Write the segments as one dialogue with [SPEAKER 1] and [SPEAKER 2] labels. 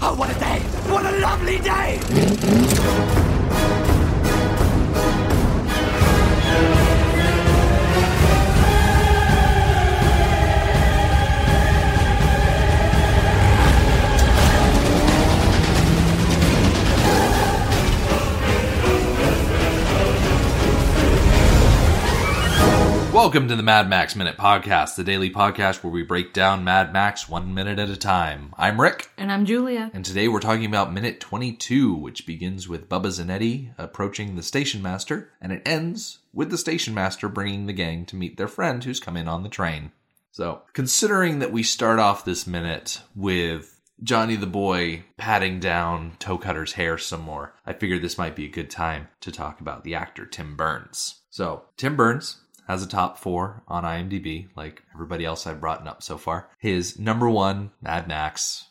[SPEAKER 1] Oh, what a day! What a lovely day!
[SPEAKER 2] Welcome to the Mad Max Minute Podcast, the daily podcast where we break down Mad Max one minute at a time. I'm Rick,
[SPEAKER 3] And I'm Julia.
[SPEAKER 2] and today we're talking about minute 22, which begins with Bubba Zanetti approaching the station master, and it ends with the station master bringing the gang to meet their friend who's come in on the train. So, considering that we start off this minute with Johnny the boy patting down Toe Cutter's hair some more, I figured this might be a good time to talk about the actor Tim Burns. So, Tim Burns has a top four on IMDb, like everybody else I've brought up so far. His number one, Mad Max.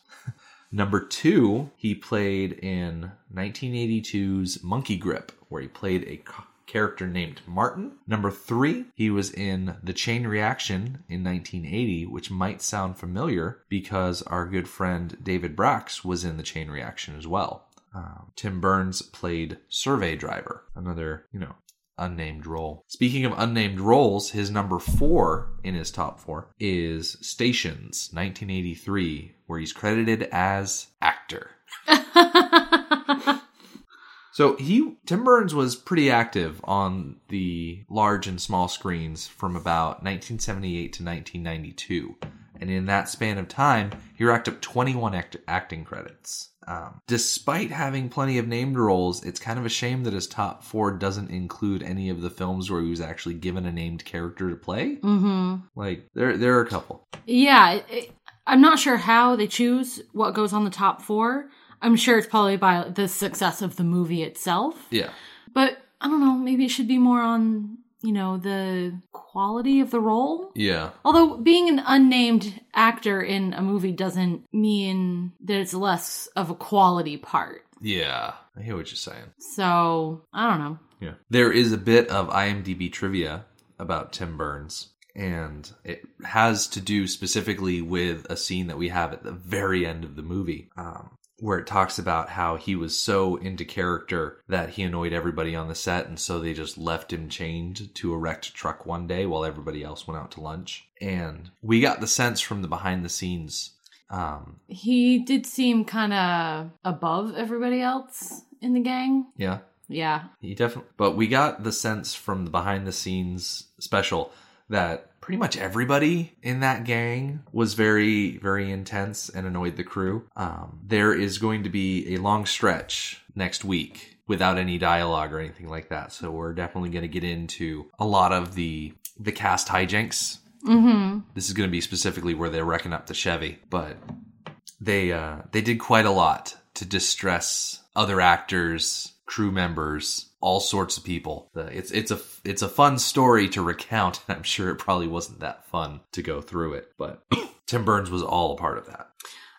[SPEAKER 2] Number two, he played in 1982's Monkey Grip, where he played a c- character named Martin. Number three, he was in The Chain Reaction in 1980, which might sound familiar because our good friend David Brax was in The Chain Reaction as well. Um, Tim Burns played Survey Driver, another, you know, unnamed role. Speaking of unnamed roles, his number four in his top four is Stations, 1983, where he's credited as actor. So he Tim Burns was pretty active on the large and small screens from about 1978 to 1992, and in that span of time, he racked up 21 act- acting credits. Um, despite having plenty of named roles, it's kind of a shame that his top four doesn't include any of the films where he was actually given a named character to play.
[SPEAKER 3] hmm
[SPEAKER 2] Like there, there are a couple.
[SPEAKER 3] Yeah, it- it, I'm not sure how they choose what goes on the top four. I'm sure it's probably by the success of the movie itself.
[SPEAKER 2] Yeah,
[SPEAKER 3] But I don't know, maybe it should be more on, you know, the quality of the role.
[SPEAKER 2] yeah,
[SPEAKER 3] Although being an unnamed actor in a movie doesn't mean that it's less of a quality part.
[SPEAKER 2] yeah. I hear what you're saying.
[SPEAKER 3] So, I don't know.
[SPEAKER 2] Yeah. There is a bit of IMDb trivia about Tim Burns, and it has to do specifically with a scene that we have at the very end of the movie. Um, where it talks about how he was so into character that he annoyed everybody on the set, and so they just left him chained to a wrecked truck one day while everybody else went out to lunch. And we got the sense from the behind the scenes um,
[SPEAKER 3] He did seem kind of above everybody else in the gang.
[SPEAKER 2] yeah,
[SPEAKER 3] Yeah.
[SPEAKER 2] He definitely, but we got the sense from the behind the scenes special that pretty much everybody in that gang was very, very intense and annoyed the crew. Um, there is going to be a long stretch next week without any dialogue or anything like that. So we're definitely going to get into a lot of the the cast hijinks.
[SPEAKER 3] Mm-hmm.
[SPEAKER 2] This is going to be specifically where they're wrecking up the Chevy, but they uh, they did quite a lot to distress other actors, crew members, all sorts of people. The- It's it's a it's a fun story to recount, and I'm sure it probably wasn't that fun to go through it. But Tim Burns was all a part of that.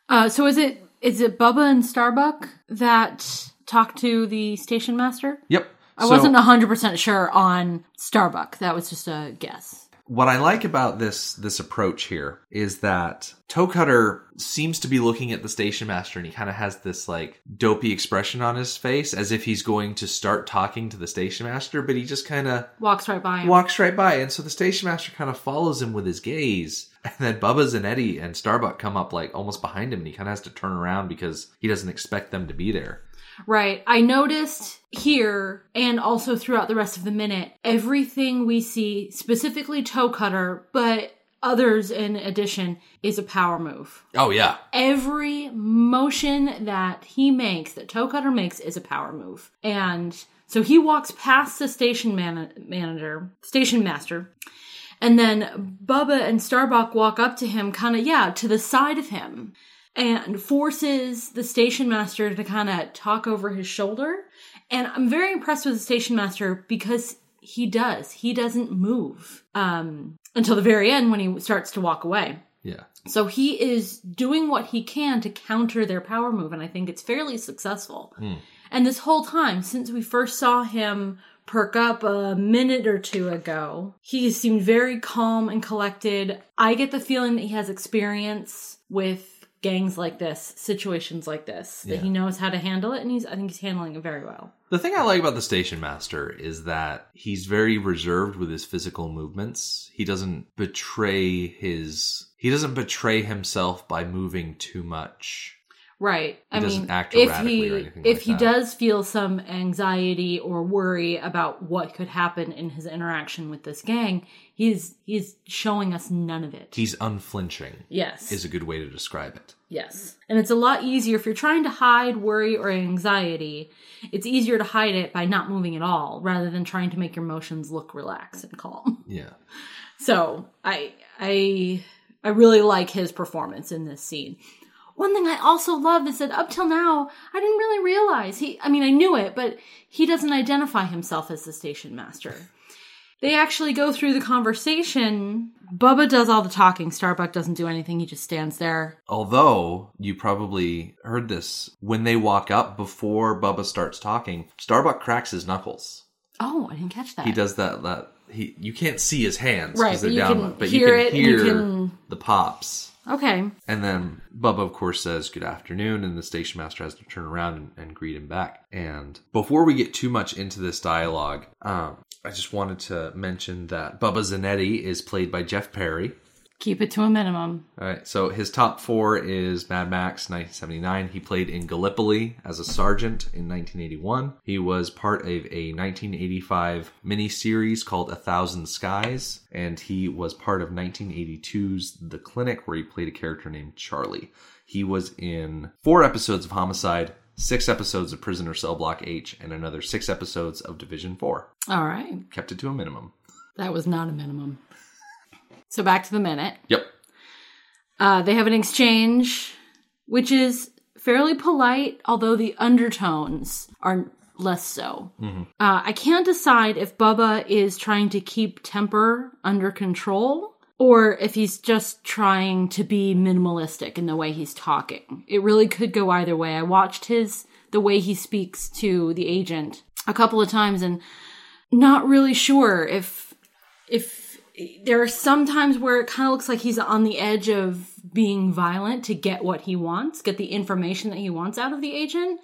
[SPEAKER 3] Uh, so is it is it Bubba and Starbuck that talk to the station master?
[SPEAKER 2] Yep.
[SPEAKER 3] I
[SPEAKER 2] So-
[SPEAKER 3] wasn't hundred percent sure on Starbuck. That was just a guess.
[SPEAKER 2] what I like about this this approach here is that Toe Cutter seems to be looking at the station master and he kind of has this like dopey expression on his face as if he's going to start talking to the station master, but he just kind of
[SPEAKER 3] Walks right by him.
[SPEAKER 2] walks right by. And so the station master kind of follows him with his gaze. And then Bubba and Eddie and Starbuck come up like almost behind him and he kind of has to turn around because he doesn't expect them to be there.
[SPEAKER 3] right. I noticed here and also throughout the rest of the minute, everything we see, specifically Toe Cutter, but others in addition, is a power move.
[SPEAKER 2] Oh, yeah.
[SPEAKER 3] every motion that he makes, that Toe Cutter makes, is a power move. And so he walks past the station man- manager, station master, and then Bubba and Starbuck walk up to him, kind of, yeah, to the side of him, and forces the station master to kind of talk over his shoulder. And I'm very impressed with the station master because he does. He doesn't move um, until the very end when he starts to walk away.
[SPEAKER 2] Yeah.
[SPEAKER 3] So he is doing what he can to counter their power move, and I think it's fairly successful. And this whole time, since we first saw him perk up a minute or two ago, he has seemed very calm and collected. I get the feeling that he has experience with gangs like this, situations like this, that
[SPEAKER 2] Yeah.
[SPEAKER 3] he knows how to handle it, and he's I think he's handling it very well.
[SPEAKER 2] The thing I like about the station master is that he's very reserved with his physical movements. He doesn't betray his he doesn't betray himself by moving too much.
[SPEAKER 3] Right. I
[SPEAKER 2] doesn't
[SPEAKER 3] mean,
[SPEAKER 2] act
[SPEAKER 3] if
[SPEAKER 2] erratically
[SPEAKER 3] he
[SPEAKER 2] or anything
[SPEAKER 3] if
[SPEAKER 2] like
[SPEAKER 3] he
[SPEAKER 2] that.
[SPEAKER 3] does feel some anxiety or worry about what could happen in his interaction with this gang, he's he's showing us none of it.
[SPEAKER 2] He's unflinching
[SPEAKER 3] yes.
[SPEAKER 2] is a good way to describe it.
[SPEAKER 3] Yes. And it's a lot easier if you're trying to hide worry or anxiety. It's easier to hide it by not moving at all rather than trying to make your motions look relaxed and calm.
[SPEAKER 2] Yeah.
[SPEAKER 3] So, I I I really like his performance in this scene. One thing I also love is that up till now, I didn't really realize he I mean, I knew it, but he doesn't identify himself as the station master. They actually go through the conversation. Bubba does all the talking. Starbuck doesn't do anything. He just stands there
[SPEAKER 2] Although you probably heard this when they walk up before Bubba starts talking, Starbuck cracks his knuckles.
[SPEAKER 3] Oh, I didn't catch that.
[SPEAKER 2] He does that that he you can't see his hands 'cause
[SPEAKER 3] Right, but
[SPEAKER 2] they're
[SPEAKER 3] you
[SPEAKER 2] down,
[SPEAKER 3] can
[SPEAKER 2] low, but
[SPEAKER 3] hear
[SPEAKER 2] you
[SPEAKER 3] it
[SPEAKER 2] can
[SPEAKER 3] and you
[SPEAKER 2] hear
[SPEAKER 3] can-
[SPEAKER 2] the pops.
[SPEAKER 3] Okay.
[SPEAKER 2] And then Bubba, of course, says good afternoon, and the station master has to turn around and, and greet him back. And before we get too much into this dialogue, um, I just wanted to mention that Bubba Zanetti is played by Jeff Perry.
[SPEAKER 3] Keep it to a minimum.
[SPEAKER 2] All right, so his top four is Mad Max 1979. He played in Gallipoli as a sergeant in 1981. He was part of a 1985 miniseries called A Thousand Skies, and he was part of 1982's The Clinic, where he played a character named Charlie. He was in four episodes of Homicide, six episodes of Prisoner Cell Block H, and another six episodes of Division 4.
[SPEAKER 3] All right.
[SPEAKER 2] Kept it to a minimum.
[SPEAKER 3] That was not a minimum. So back to the minute.
[SPEAKER 2] Yep.
[SPEAKER 3] Uh, they have an exchange, which is fairly polite, although the undertones are less so. Uh, I can't decide if Bubba is trying to keep temper under control or if he's just trying to be minimalistic in the way he's talking. It really could go either way. I watched his the way he speaks to the agent a couple of times and not really sure if if there are some times where it kind of looks like he's on the edge of being violent to get what he wants, get the information that he wants out of the agent.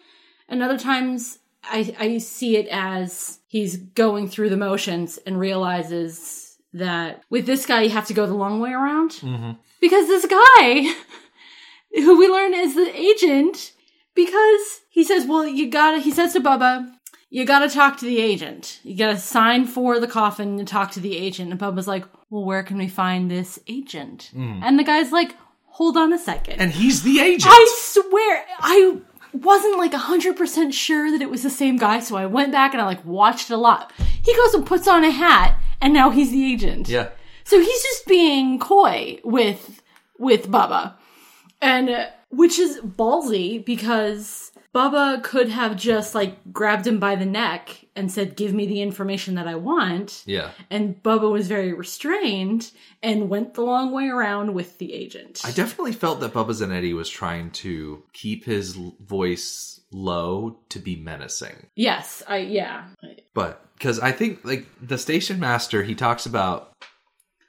[SPEAKER 3] And other times I, I see it as he's going through the motions and realizes that with this guy, you have to go the long way around. Because this guy, who we learn is the agent, because he says, well, you gotta, he says to Bubba, you gotta talk to the agent. You gotta sign for the coffin and talk to the agent. And Bubba's like, well, where can we find this agent? And the guy's like, hold on a second.
[SPEAKER 2] And he's the agent.
[SPEAKER 3] I swear, I wasn't like 100% sure that it was the same guy, so I went back and I like watched it a lot. He goes and puts on a hat, and now he's the agent.
[SPEAKER 2] yeah.
[SPEAKER 3] So he's just being coy with with Bubba, and uh, which is ballsy because Bubba could have just like grabbed him by the neck and said, "Give me the information that I want."
[SPEAKER 2] Yeah.
[SPEAKER 3] And Bubba was very restrained and went the long way around with the agent.
[SPEAKER 2] I definitely felt that Bubba Zanetti was trying to keep his l- voice low to be menacing.
[SPEAKER 3] yes, I yeah.
[SPEAKER 2] But because I think, like, the station master, he talks about,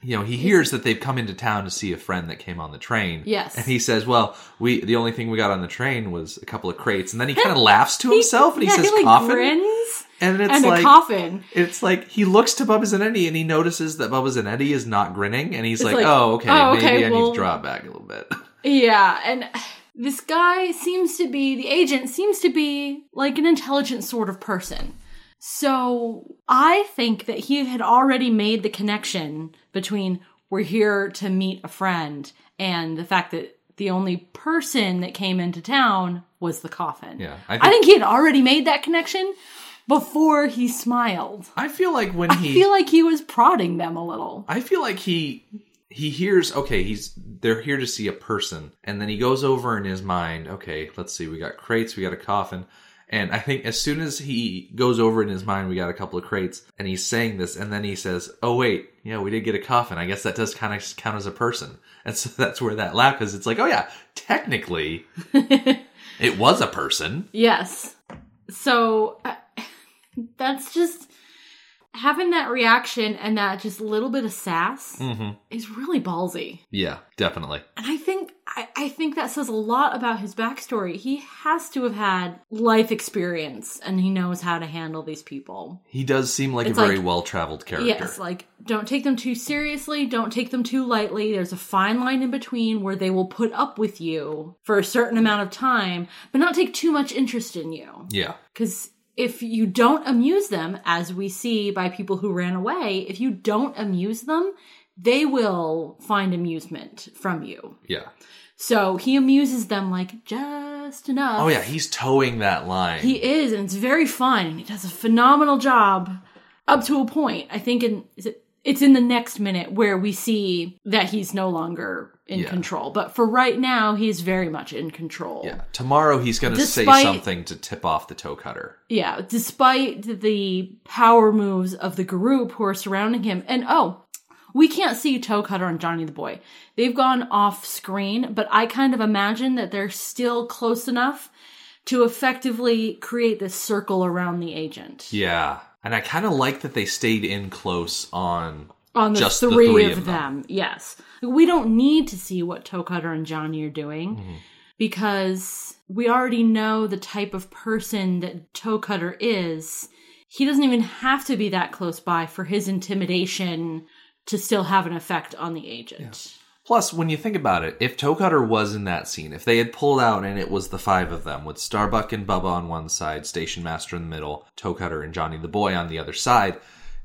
[SPEAKER 2] you know, he hears that they've come into town to see a friend that came on the train.
[SPEAKER 3] Yes.
[SPEAKER 2] And he says, well, we, the only thing we got on the train was a couple of crates. And then he kind of laughs to himself and he
[SPEAKER 3] yeah,
[SPEAKER 2] says,
[SPEAKER 3] like
[SPEAKER 2] coffin.
[SPEAKER 3] grins
[SPEAKER 2] And it's
[SPEAKER 3] and
[SPEAKER 2] like,
[SPEAKER 3] a coffin.
[SPEAKER 2] it's like he looks to Bubba Zanetti and he notices that Bubba Zanetti is not grinning. And he's
[SPEAKER 3] It's
[SPEAKER 2] like,
[SPEAKER 3] like,
[SPEAKER 2] oh, okay,
[SPEAKER 3] oh, okay,
[SPEAKER 2] maybe I need
[SPEAKER 3] well-
[SPEAKER 2] to draw it back a little bit.
[SPEAKER 3] Yeah, and this guy seems to be the agent seems to be like an intelligent sort of person. So I think that he had already made the connection between we're here to meet a friend and the fact that the only person that came into town was the coffin.
[SPEAKER 2] Yeah,
[SPEAKER 3] I
[SPEAKER 2] I think-
[SPEAKER 3] think, he had already made that connection before he smiled.
[SPEAKER 2] I feel like when he.
[SPEAKER 3] I feel like he was prodding them a little.
[SPEAKER 2] I feel like he he hears okay, he's they're here to see a person, and then he goes over in his mind, okay, let's see, we got crates, we got a coffin. And I think as soon as he goes over in his mind, we got a couple of crates, and he's saying this, and then he says, "Oh wait, yeah, we did get a coffin. I guess that does kind of count as a person." And so that's where that laugh is. It's like, oh yeah, technically, it was a person.
[SPEAKER 3] Yes. So uh, that's just having that reaction and that just little bit of sass
[SPEAKER 2] hmm
[SPEAKER 3] is really ballsy.
[SPEAKER 2] Yeah, definitely.
[SPEAKER 3] And I think I, I think that says a lot about his backstory. He has to have had life experience and he knows how to handle these people.
[SPEAKER 2] He does seem like
[SPEAKER 3] It's
[SPEAKER 2] a very
[SPEAKER 3] like-
[SPEAKER 2] well traveled character.
[SPEAKER 3] Yes, like don't take them too seriously, don't take them too lightly. There's a fine line in between where they will put up with you for a certain amount of time, but not take too much interest in you.
[SPEAKER 2] yeah.
[SPEAKER 3] Because if you don't amuse them, as we see by people who ran away, if you don't amuse them, they will find amusement from you.
[SPEAKER 2] Yeah.
[SPEAKER 3] So he amuses them like just enough.
[SPEAKER 2] Oh yeah, he's towing that line.
[SPEAKER 3] He is, and it's very fun. He does a phenomenal job up to a point. I think in is it, it's in the next minute where we see that he's no longer in
[SPEAKER 2] Yeah.
[SPEAKER 3] control. But for right now, he's very much in control.
[SPEAKER 2] yeah. Tomorrow he's going to say
[SPEAKER 3] Despite-
[SPEAKER 2] something to tip off the toe cutter.
[SPEAKER 3] Yeah, despite the power moves of the group who are surrounding him. And oh, we can't see Toe Cutter and Johnny the Boy. They've gone off screen, but I kind of imagine that they're still close enough to effectively create this circle around the agent.
[SPEAKER 2] Yeah. And I kind of like that they stayed in close on
[SPEAKER 3] On the
[SPEAKER 2] Just the
[SPEAKER 3] three,
[SPEAKER 2] three
[SPEAKER 3] of,
[SPEAKER 2] of
[SPEAKER 3] them. Yes. We don't need to see what Toe Cutter and Johnny are doing
[SPEAKER 2] Mm-hmm.
[SPEAKER 3] because we already know the type of person that Toe Cutter is. He doesn't even have to be that close by for his intimidation to still have an effect on the agent.
[SPEAKER 2] Plus, when you think about it, if Toe Cutter was in that scene, if they had pulled out and it was the five of them, with Starbuck and Bubba on one side, Station Master in the middle, Toe Cutter and Johnny the Boy on the other side,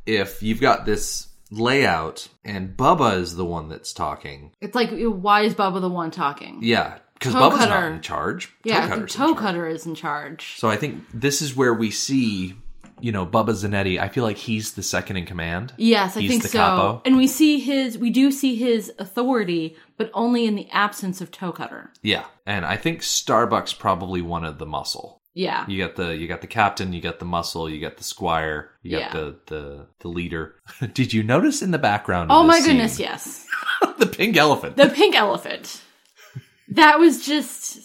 [SPEAKER 2] if you've got this layout and Bubba is the one that's talking,
[SPEAKER 3] It's like, why is Bubba the one talking?
[SPEAKER 2] yeah, because
[SPEAKER 3] Toe
[SPEAKER 2] Bubba's
[SPEAKER 3] Cutter.
[SPEAKER 2] not in charge.
[SPEAKER 3] yeah,
[SPEAKER 2] toe
[SPEAKER 3] the
[SPEAKER 2] Cutter's in
[SPEAKER 3] Toe
[SPEAKER 2] charge.
[SPEAKER 3] Cutter is in charge.
[SPEAKER 2] So I think this is where we see, you know, Bubba Zanetti. I feel like he's the second in command.
[SPEAKER 3] Yes, I
[SPEAKER 2] He's
[SPEAKER 3] think
[SPEAKER 2] the
[SPEAKER 3] so.
[SPEAKER 2] capo.
[SPEAKER 3] And we see his, we do see his authority, but only in the absence of Toe Cutter.
[SPEAKER 2] Yeah, and I think Starbucks probably wanted the muscle.
[SPEAKER 3] Yeah.
[SPEAKER 2] You got the you got the captain, you got the muscle, you got the squire, you got
[SPEAKER 3] Yeah.
[SPEAKER 2] the the the leader. Did you notice in the background?
[SPEAKER 3] Oh my goodness, yes.
[SPEAKER 2] yeah, the pink elephant.
[SPEAKER 3] The pink elephant. That was just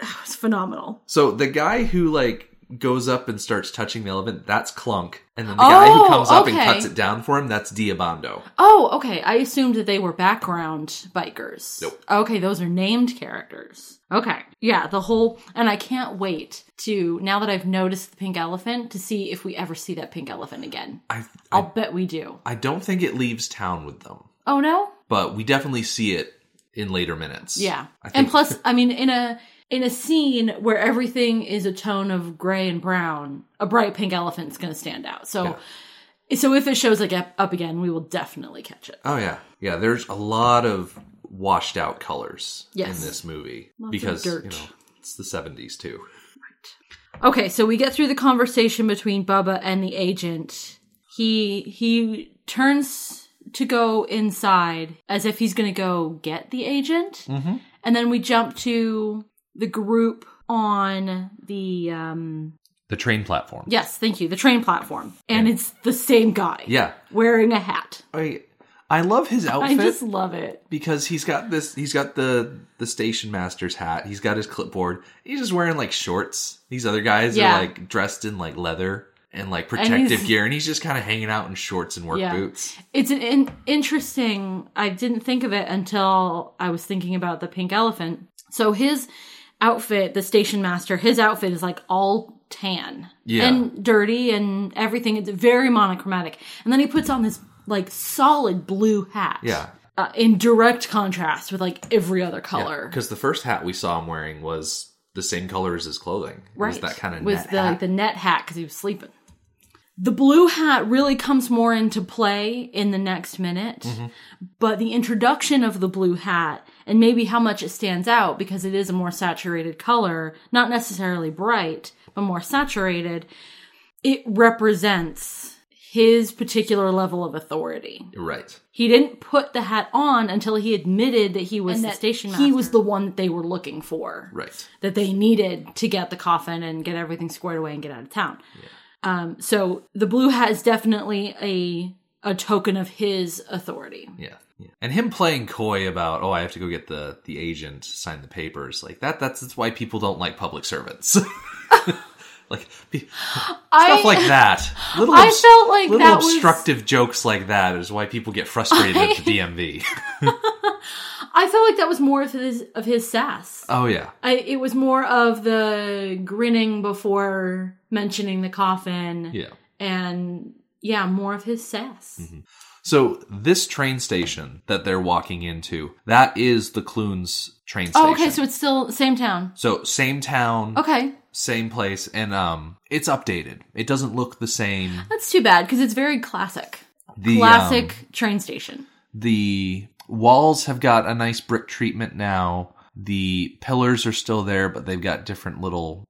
[SPEAKER 3] that was phenomenal.
[SPEAKER 2] so the guy who like goes up and starts touching the elephant, that's Clunk, and then the guy who
[SPEAKER 3] Oh,
[SPEAKER 2] comes up
[SPEAKER 3] okay.
[SPEAKER 2] and cuts it down for him, that's Diabando.
[SPEAKER 3] Oh, okay. I assumed that they were background bikers.
[SPEAKER 2] Nope.
[SPEAKER 3] Okay, those are named characters. Okay. Yeah, the whole and I can't wait to now that I've noticed the pink elephant to see if we ever see that pink elephant again.
[SPEAKER 2] I
[SPEAKER 3] I'll
[SPEAKER 2] I,
[SPEAKER 3] bet we do.
[SPEAKER 2] I don't think it leaves town with them,
[SPEAKER 3] Oh no?
[SPEAKER 2] but we definitely see it in later minutes.
[SPEAKER 3] Yeah.
[SPEAKER 2] I think,
[SPEAKER 3] And plus, I mean, in a in a scene where everything is a tone of gray and brown, a bright pink elephant's going to stand out. So, so if it shows like up, up again, we will definitely catch it.
[SPEAKER 2] oh yeah, yeah. There's a lot of washed out colors
[SPEAKER 3] Yes.
[SPEAKER 2] in this movie
[SPEAKER 3] of
[SPEAKER 2] because
[SPEAKER 3] dirt.
[SPEAKER 2] you know it's the 70s too.
[SPEAKER 3] Okay, so we get through the conversation between Bubba and the agent. He he turns to go inside as if he's going to go get the agent,
[SPEAKER 2] Mm-hmm.
[SPEAKER 3] and then we jump to the group on the um
[SPEAKER 2] The train platform.
[SPEAKER 3] yes thank you the train platform and it's the same guy
[SPEAKER 2] Yeah.
[SPEAKER 3] wearing a hat.
[SPEAKER 2] I I love his
[SPEAKER 3] I
[SPEAKER 2] outfit
[SPEAKER 3] just love it.
[SPEAKER 2] because he's got this he's got the the station master's hat, he's got his clipboard. He's just wearing like shorts. These other guys
[SPEAKER 3] Yeah.
[SPEAKER 2] are like dressed in like leather and like protective
[SPEAKER 3] he's-
[SPEAKER 2] gear and he's just kind of hanging out in shorts and work
[SPEAKER 3] Yeah.
[SPEAKER 2] boots.
[SPEAKER 3] It's an in- interesting. I didn't think of it until I was thinking about the pink elephant. So his outfit, the station master, his outfit is like all tan
[SPEAKER 2] Yeah.
[SPEAKER 3] and dirty and everything. It's very monochromatic. And then he puts on this like solid blue hat.
[SPEAKER 2] Yeah.
[SPEAKER 3] Uh, in direct contrast with like every other color.
[SPEAKER 2] Cuz the first hat we saw him wearing was the same color as his clothing. It was that kind of
[SPEAKER 3] was
[SPEAKER 2] net
[SPEAKER 3] the
[SPEAKER 2] hat.
[SPEAKER 3] the net hat because he was sleeping. The blue hat really comes more into play in the next minute,
[SPEAKER 2] Mm-hmm.
[SPEAKER 3] but the introduction of the blue hat and maybe how much it stands out because it is a more saturated color, not necessarily bright, but more saturated. It represents his particular level of authority.
[SPEAKER 2] right.
[SPEAKER 3] He didn't put the hat on until he admitted that he was the station master. He was the one that they were looking for
[SPEAKER 2] Right.
[SPEAKER 3] that they needed to get the coffin and get everything squared away and get out of town. Um, so the blue hat is definitely a a token of his authority.
[SPEAKER 2] Yeah. yeah. And him playing coy about, oh, I have to go get the the agent to sign the papers. Like that that's, that's why people don't like public servants. like be-
[SPEAKER 3] I
[SPEAKER 2] stuff like that. Little
[SPEAKER 3] I felt like
[SPEAKER 2] little
[SPEAKER 3] that was-
[SPEAKER 2] obstructive jokes like that is why people get frustrated at the DMV.
[SPEAKER 3] I felt like that was more of his of his sass.
[SPEAKER 2] oh yeah,
[SPEAKER 3] I, it was more of the grinning before mentioning the coffin
[SPEAKER 2] yeah. Mm-hmm.
[SPEAKER 3] and yeah, more of his sass.
[SPEAKER 2] So this train station that they're walking into, that is the Clunes train station.
[SPEAKER 3] Oh, okay, so it's still same town.
[SPEAKER 2] So same town,
[SPEAKER 3] Okay,
[SPEAKER 2] same place, and um, it's updated. It doesn't look the same.
[SPEAKER 3] that's too bad because it's very classic,
[SPEAKER 2] The um,
[SPEAKER 3] classic train station.
[SPEAKER 2] the walls have got a nice brick treatment now. The pillars are still there, but they've got different little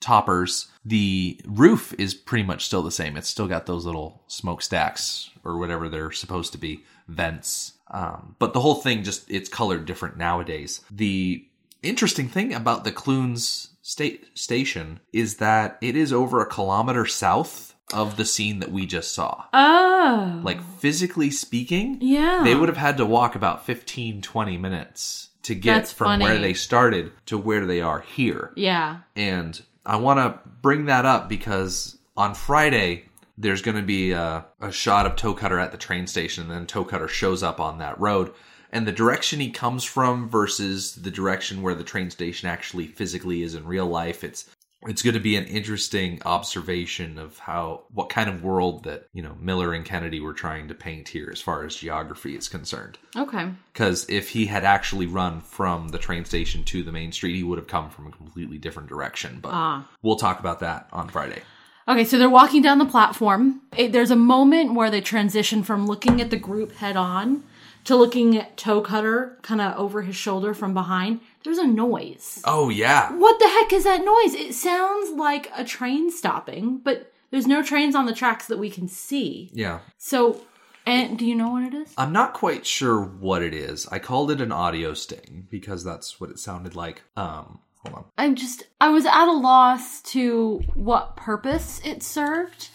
[SPEAKER 2] toppers. The roof is pretty much still the same. It's still got those little smokestacks or whatever they're supposed to be vents. Um, but the whole thing just it's colored different nowadays. The interesting thing about the Clunes state station is that it is over a kilometer south of the scene that we just saw.
[SPEAKER 3] Oh,
[SPEAKER 2] Like physically speaking,
[SPEAKER 3] yeah,
[SPEAKER 2] they would have had to walk about 15 20 minutes to get
[SPEAKER 3] That's
[SPEAKER 2] from where
[SPEAKER 3] funny.
[SPEAKER 2] they started to where they are here
[SPEAKER 3] yeah.
[SPEAKER 2] and i want to bring that up because on friday there's going to be a, a shot of toe cutter at the train station and then toe cutter shows up on that road and the direction he comes from versus the direction where the train station actually physically is in real life it's it's going to be an interesting observation of how what kind of world that you know miller and kennedy were trying to paint here as far as geography is concerned
[SPEAKER 3] Okay,
[SPEAKER 2] because if he had actually run from the train station to the main street, he would have come from a completely different direction. But we'll talk about that on Friday.
[SPEAKER 3] okay. So they're walking down the platform. It, there's a moment where they transition from looking at the group head on to looking at Toe Cutter kind of over his shoulder from behind. There's a noise.
[SPEAKER 2] Oh, yeah.
[SPEAKER 3] What the heck is that noise? It sounds like a train stopping, but there's no trains on the tracks that we can see.
[SPEAKER 2] Yeah.
[SPEAKER 3] So, and do you know what it is?
[SPEAKER 2] I'm not quite sure what it is. I called it an audio sting because that's what it sounded like. Um, hold on.
[SPEAKER 3] I'm just I was at a loss to what purpose it served.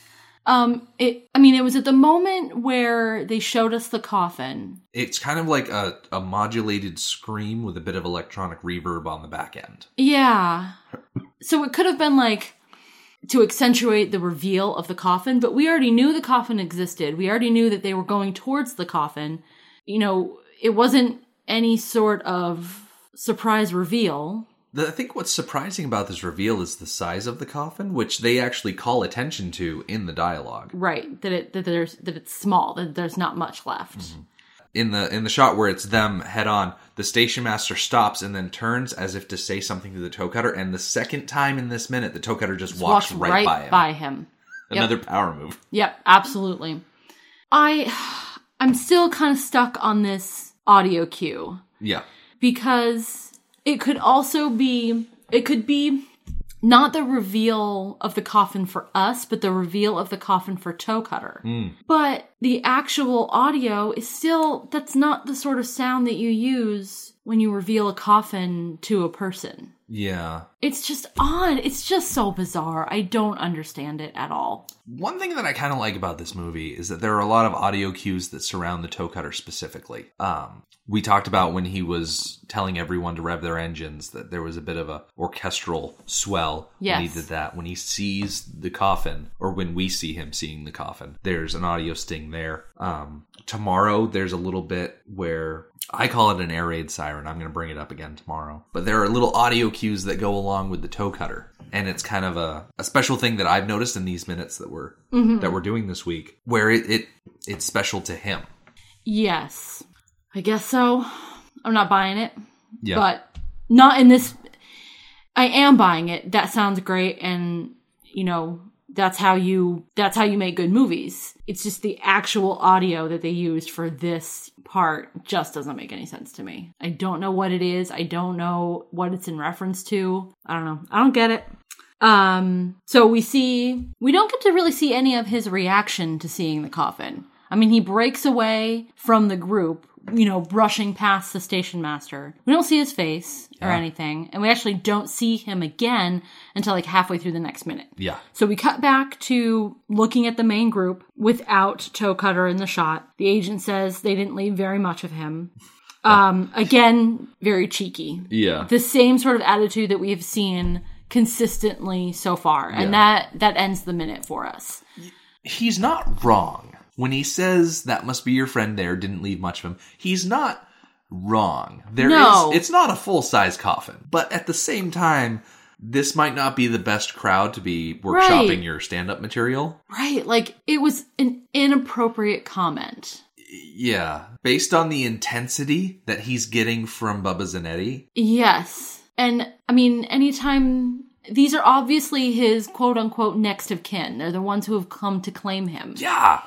[SPEAKER 3] Um it I mean it was at the moment where they showed us the coffin.
[SPEAKER 2] It's kind of like a, a modulated scream with a bit of electronic reverb on the back end.
[SPEAKER 3] Yeah. So it could have been like to accentuate the reveal of the coffin, but we already knew the coffin existed. We already knew that they were going towards the coffin. You know, it wasn't any sort of surprise reveal.
[SPEAKER 2] The- I think what's surprising about this reveal is the size of the coffin, which they actually call attention to in the dialogue.
[SPEAKER 3] Right, that it that there's that it's small, that there's not much left.
[SPEAKER 2] Mm-hmm. in the in the shot where it's them head on the station master stops and then turns as if to say something to the toe cutter and the second time in this minute the toe cutter just, walks, right, by him
[SPEAKER 3] him.
[SPEAKER 2] another power move
[SPEAKER 3] Yep, absolutely. I I'm still kind of stuck on this audio cue.
[SPEAKER 2] yeah
[SPEAKER 3] because it could also be it could be not the reveal of the coffin for us but the reveal of the coffin for toe cutter but the actual audio is still that's not the sort of sound that you use when you reveal a coffin to a person
[SPEAKER 2] yeah
[SPEAKER 3] it's just odd it's just so bizarre i don't understand it at all
[SPEAKER 2] one thing that i kind of like about this movie is that there are a lot of audio cues that surround the toe cutter specifically um we talked about when he was telling everyone to rev their engines that there was a bit of a orchestral swell when he
[SPEAKER 3] Yes.
[SPEAKER 2] did that when he sees the coffin or when we see him seeing the coffin there's an audio sting there um tomorrow there's a little bit where i call it an air raid siren i'm going to bring it up again tomorrow but there are little audio cues that go along with the toe cutter and it's kind of a, a special thing that i've noticed in these minutes that we're that we're doing this week where it, it it's special to him
[SPEAKER 3] yes i guess so i'm not buying it
[SPEAKER 2] yeah
[SPEAKER 3] but not in this i am buying it that sounds great and you know that's how you that's how you make good movies it's just the actual audio that they used for this part just doesn't make any sense to me i don't know what it is i don't know what it's in reference to i don't know i don't get it um so we see we don't get to really see any of his reaction to seeing the coffin i mean he breaks away from the group you know brushing past the station master we don't see his face or anything and we actually don't see him again until like halfway through the next minute
[SPEAKER 2] yeah
[SPEAKER 3] so we cut back to looking at the main group without Toe Cutter in the shot. The agent says they didn't leave very much of him. Um, again, very cheeky.
[SPEAKER 2] yeah
[SPEAKER 3] The same sort of attitude that we have seen consistently so far, and that that ends the minute for us.
[SPEAKER 2] he's not wrong when he says that must be your friend there didn't leave much of him he's not wrong There is.
[SPEAKER 3] No.
[SPEAKER 2] it's not a full-size coffin but at the same time this might not be the best crowd to be workshopping
[SPEAKER 3] Right.
[SPEAKER 2] your stand-up material
[SPEAKER 3] Right? Like it was an inappropriate comment.
[SPEAKER 2] yeah based on the intensity that he's getting from bubba zanetti
[SPEAKER 3] Yes. And I mean, anytime these are obviously his quote unquote next of kin. They're the ones who have come to claim him.
[SPEAKER 2] yeah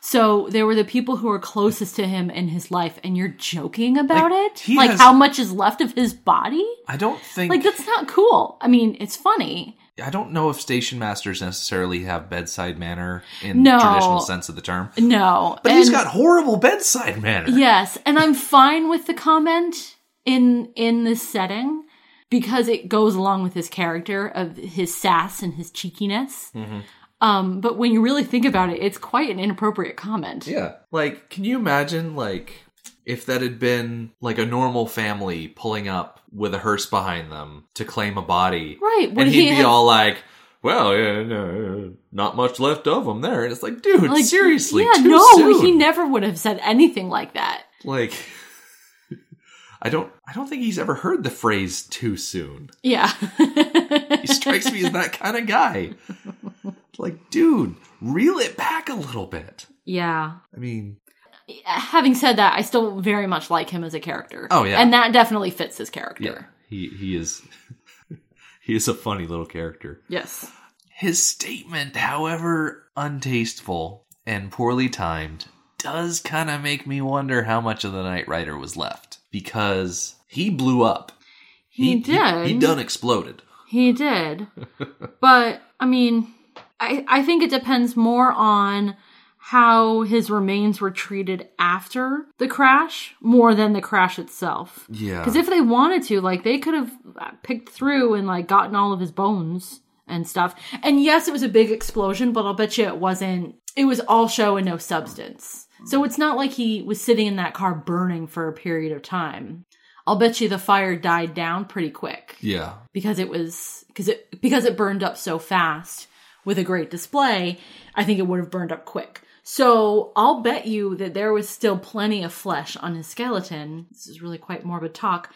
[SPEAKER 3] So they were the people who are closest to him in his life, and you're joking about
[SPEAKER 2] Like,
[SPEAKER 3] it?
[SPEAKER 2] he
[SPEAKER 3] Like
[SPEAKER 2] has-
[SPEAKER 3] how much is left of his body?
[SPEAKER 2] i don't think
[SPEAKER 3] Like that's not cool. I mean, it's funny.
[SPEAKER 2] i don't know if station masters necessarily have bedside manner in
[SPEAKER 3] No.
[SPEAKER 2] the traditional sense of the term
[SPEAKER 3] No.
[SPEAKER 2] but he's
[SPEAKER 3] and-
[SPEAKER 2] got horrible bedside manner
[SPEAKER 3] Yes, and I'm fine with the comment in in this setting because it goes along with his character of his sass and his cheekiness.
[SPEAKER 2] Mm-hmm.
[SPEAKER 3] Um, but when you really think about it, it's quite an inappropriate comment.
[SPEAKER 2] Yeah. Like, can you imagine, like, if that had been, like, a normal family pulling up with a hearse behind them to claim a body?
[SPEAKER 3] Right, would
[SPEAKER 2] And he'd
[SPEAKER 3] he
[SPEAKER 2] be
[SPEAKER 3] have-
[SPEAKER 2] all like, well, yeah, no, not much left of him there. And it's like, dude,
[SPEAKER 3] Like
[SPEAKER 2] seriously.
[SPEAKER 3] yeah,
[SPEAKER 2] too
[SPEAKER 3] no,
[SPEAKER 2] soon.
[SPEAKER 3] he never would have said anything like that.
[SPEAKER 2] Like. I don't. I don't think he's ever heard the phrase "too soon."
[SPEAKER 3] Yeah,
[SPEAKER 2] He strikes me as that kind of guy. Like, dude, reel it back a little bit.
[SPEAKER 3] yeah. Uh,
[SPEAKER 2] I mean,
[SPEAKER 3] Having said that, I still very much like him as a character.
[SPEAKER 2] Oh, yeah.
[SPEAKER 3] and that definitely fits his character.
[SPEAKER 2] yeah, he he is he is a funny little character.
[SPEAKER 3] Yes.
[SPEAKER 2] His statement, however untasteful and poorly timed, does kind of make me wonder how much of the Knight Rider was left because he blew up.
[SPEAKER 3] He, did.
[SPEAKER 2] He, done exploded.
[SPEAKER 3] He did. but I mean, I I think it depends more on how his remains were treated after the crash more than the crash itself.
[SPEAKER 2] Yeah.
[SPEAKER 3] Cuz if they wanted to, like they could have uh, picked through and like gotten all of his bones and stuff. And yes, it was a big explosion, but I'll bet you it wasn't it was all show and no substance. So it's not like he was sitting in that car burning for a period of time. I'll bet you the fire died down pretty quick
[SPEAKER 2] yeah.
[SPEAKER 3] because it was because it because it burned up so fast with a great display i think it would have burned up quick so i'll bet you that there was still plenty of flesh on his skeleton this is really quite morbid talk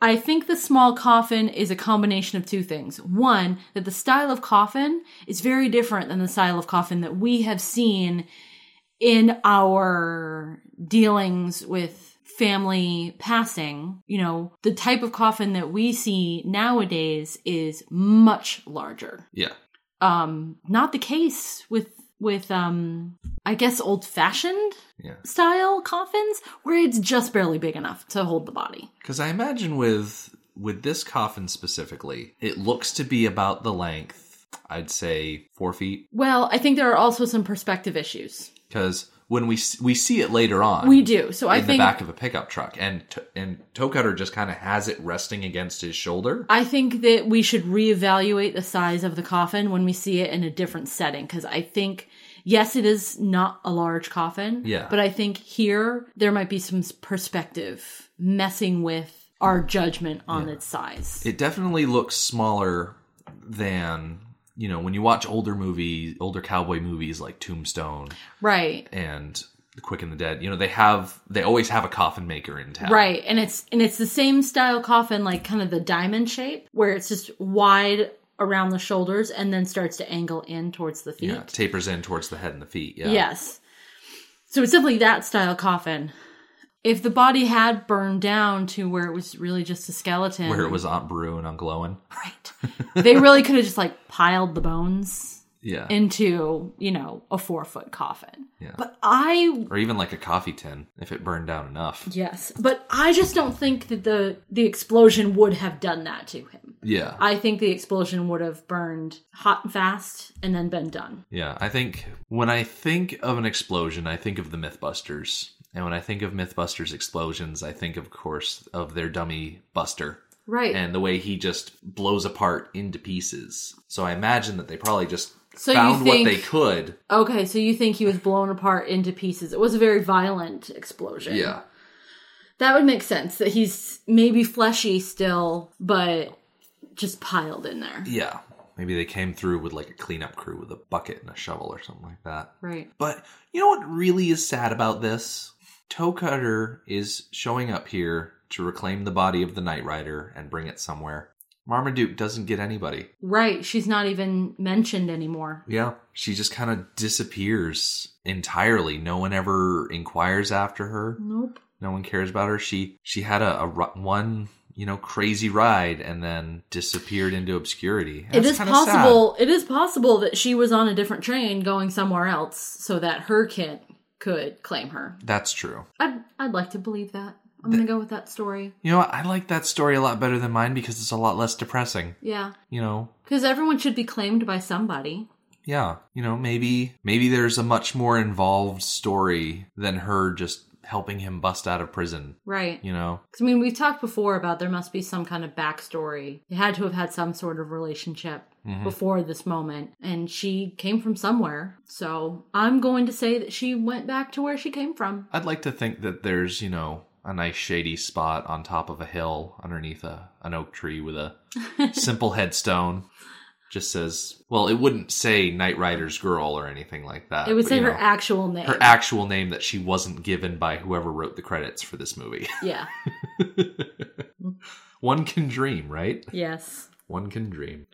[SPEAKER 3] i think the small coffin is a combination of two things one that the style of coffin is very different than the style of coffin that we have seen in our dealings with family passing, you know, the type of coffin that we see nowadays is much larger.
[SPEAKER 2] Yeah.
[SPEAKER 3] Um, not the case with with um I guess old fashioned
[SPEAKER 2] Yeah.
[SPEAKER 3] style coffins where it's just barely big enough to hold the body.
[SPEAKER 2] Because I imagine with with this coffin specifically, it looks to be about the length. I'd say four feet.
[SPEAKER 3] Well, I think there are also some perspective issues.
[SPEAKER 2] Because when we s- we see it later on,
[SPEAKER 3] We do. So I
[SPEAKER 2] in the
[SPEAKER 3] think
[SPEAKER 2] back of a pickup truck, and t- and Toe Cutter just kind of has it resting against his shoulder.
[SPEAKER 3] I think that we should reevaluate the size of the coffin when we see it in a different setting because I think yes, it is not a large coffin.
[SPEAKER 2] Yeah.
[SPEAKER 3] But I think here there might be some s- perspective messing with our judgment on its size.
[SPEAKER 2] It definitely looks smaller than you know when you watch older movies, older cowboy movies like Tombstone
[SPEAKER 3] right.
[SPEAKER 2] and The Quick and the Dead. You know they have they always have a coffin maker in town,
[SPEAKER 3] Right. And it's and it's the same style coffin, like kind of the diamond shape, where it's just wide around the shoulders and then starts to angle in towards the feet.
[SPEAKER 2] Yeah, it tapers in towards the head and the feet. Yeah,
[SPEAKER 3] Yes. So it's definitely that style coffin. If the body had burned down to where it was really just a skeleton,
[SPEAKER 2] where it was Aunt Brew and Uncle Owen.
[SPEAKER 3] right, they really could have just like piled the bones
[SPEAKER 2] Yeah,
[SPEAKER 3] into you know a four foot coffin.
[SPEAKER 2] Yeah.
[SPEAKER 3] But I
[SPEAKER 2] or even like a coffee tin if it burned down enough.
[SPEAKER 3] yes, but I just don't think that the the explosion would have done that to him.
[SPEAKER 2] Yeah,
[SPEAKER 3] I think the explosion would have burned hot and fast and then been done.
[SPEAKER 2] Yeah, I think when I think of an explosion, I think of the Mythbusters. And when I think of Mythbusters explosions, I think, of course, of their dummy Buster
[SPEAKER 3] Right.
[SPEAKER 2] and the way he just blows apart into pieces. So I imagine that they probably just
[SPEAKER 3] So you
[SPEAKER 2] found
[SPEAKER 3] think-
[SPEAKER 2] what they could.
[SPEAKER 3] okay, so you think he was blown apart into pieces. It was a very violent explosion.
[SPEAKER 2] Yeah.
[SPEAKER 3] That would make sense that he's maybe fleshy still, but just piled in there.
[SPEAKER 2] Yeah. Maybe they came through with like a cleanup crew with a bucket and a shovel or something like that.
[SPEAKER 3] Right.
[SPEAKER 2] But you know what really is sad about this? Toe Cutter is showing up here to reclaim the body of the Knight Rider and bring it somewhere. Marmaduke doesn't get anybody.
[SPEAKER 3] Right. She's not even mentioned anymore.
[SPEAKER 2] Yeah. She just kind of disappears entirely. No one ever inquires after her.
[SPEAKER 3] Nope.
[SPEAKER 2] No one cares about her. She she had a, a ru- one you know crazy ride and then disappeared into obscurity.
[SPEAKER 3] It
[SPEAKER 2] That's
[SPEAKER 3] is
[SPEAKER 2] kinda sad.
[SPEAKER 3] possible. It is possible that she was on a different train going somewhere else, so that her kid could claim her.
[SPEAKER 2] That's true.
[SPEAKER 3] I'd I'd like to believe that. I'm gonna go with that story.
[SPEAKER 2] You know what? I like that story a lot better than mine because it's a lot less depressing.
[SPEAKER 3] Yeah,
[SPEAKER 2] You know,
[SPEAKER 3] because everyone should be claimed by somebody.
[SPEAKER 2] yeah. You know, maybe maybe there's a much more involved story than her just helping him bust out of prison.
[SPEAKER 3] Right.
[SPEAKER 2] You know,
[SPEAKER 3] Because, I mean, we've talked before about there must be some kind of backstory. They had to have had some sort of relationship
[SPEAKER 2] Mm-hmm.
[SPEAKER 3] before this moment, and she came from somewhere. So I'm going to say that she went back to where she came from.
[SPEAKER 2] I'd like to think that there's you know a nice shady spot on top of a hill underneath a an oak tree with a simple headstone. Just says, well, it wouldn't say Knight Rider's girl or anything like that.
[SPEAKER 3] It would
[SPEAKER 2] but,
[SPEAKER 3] say
[SPEAKER 2] Uh, you
[SPEAKER 3] her
[SPEAKER 2] know,
[SPEAKER 3] actual name.
[SPEAKER 2] her actual name that she wasn't given by whoever wrote the credits for this movie.
[SPEAKER 3] yeah.
[SPEAKER 2] One can dream, right?
[SPEAKER 3] Yes.
[SPEAKER 2] One can dream.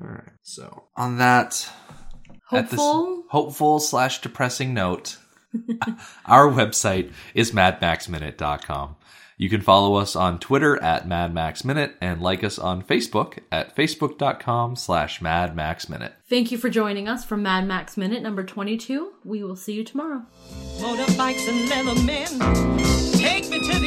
[SPEAKER 2] All right. So on that at this
[SPEAKER 3] Hopeful.
[SPEAKER 2] hopeful slash depressing note, our website is madmaxminute.com. You can follow us on Twitter at madmaxminute and like us on Facebook at facebook.com slash madmaxminute.
[SPEAKER 3] Thank you for joining us for Mad Max Minute number 22. We will see you tomorrow.
[SPEAKER 1] Motorbikes and Leathermen. Take me to the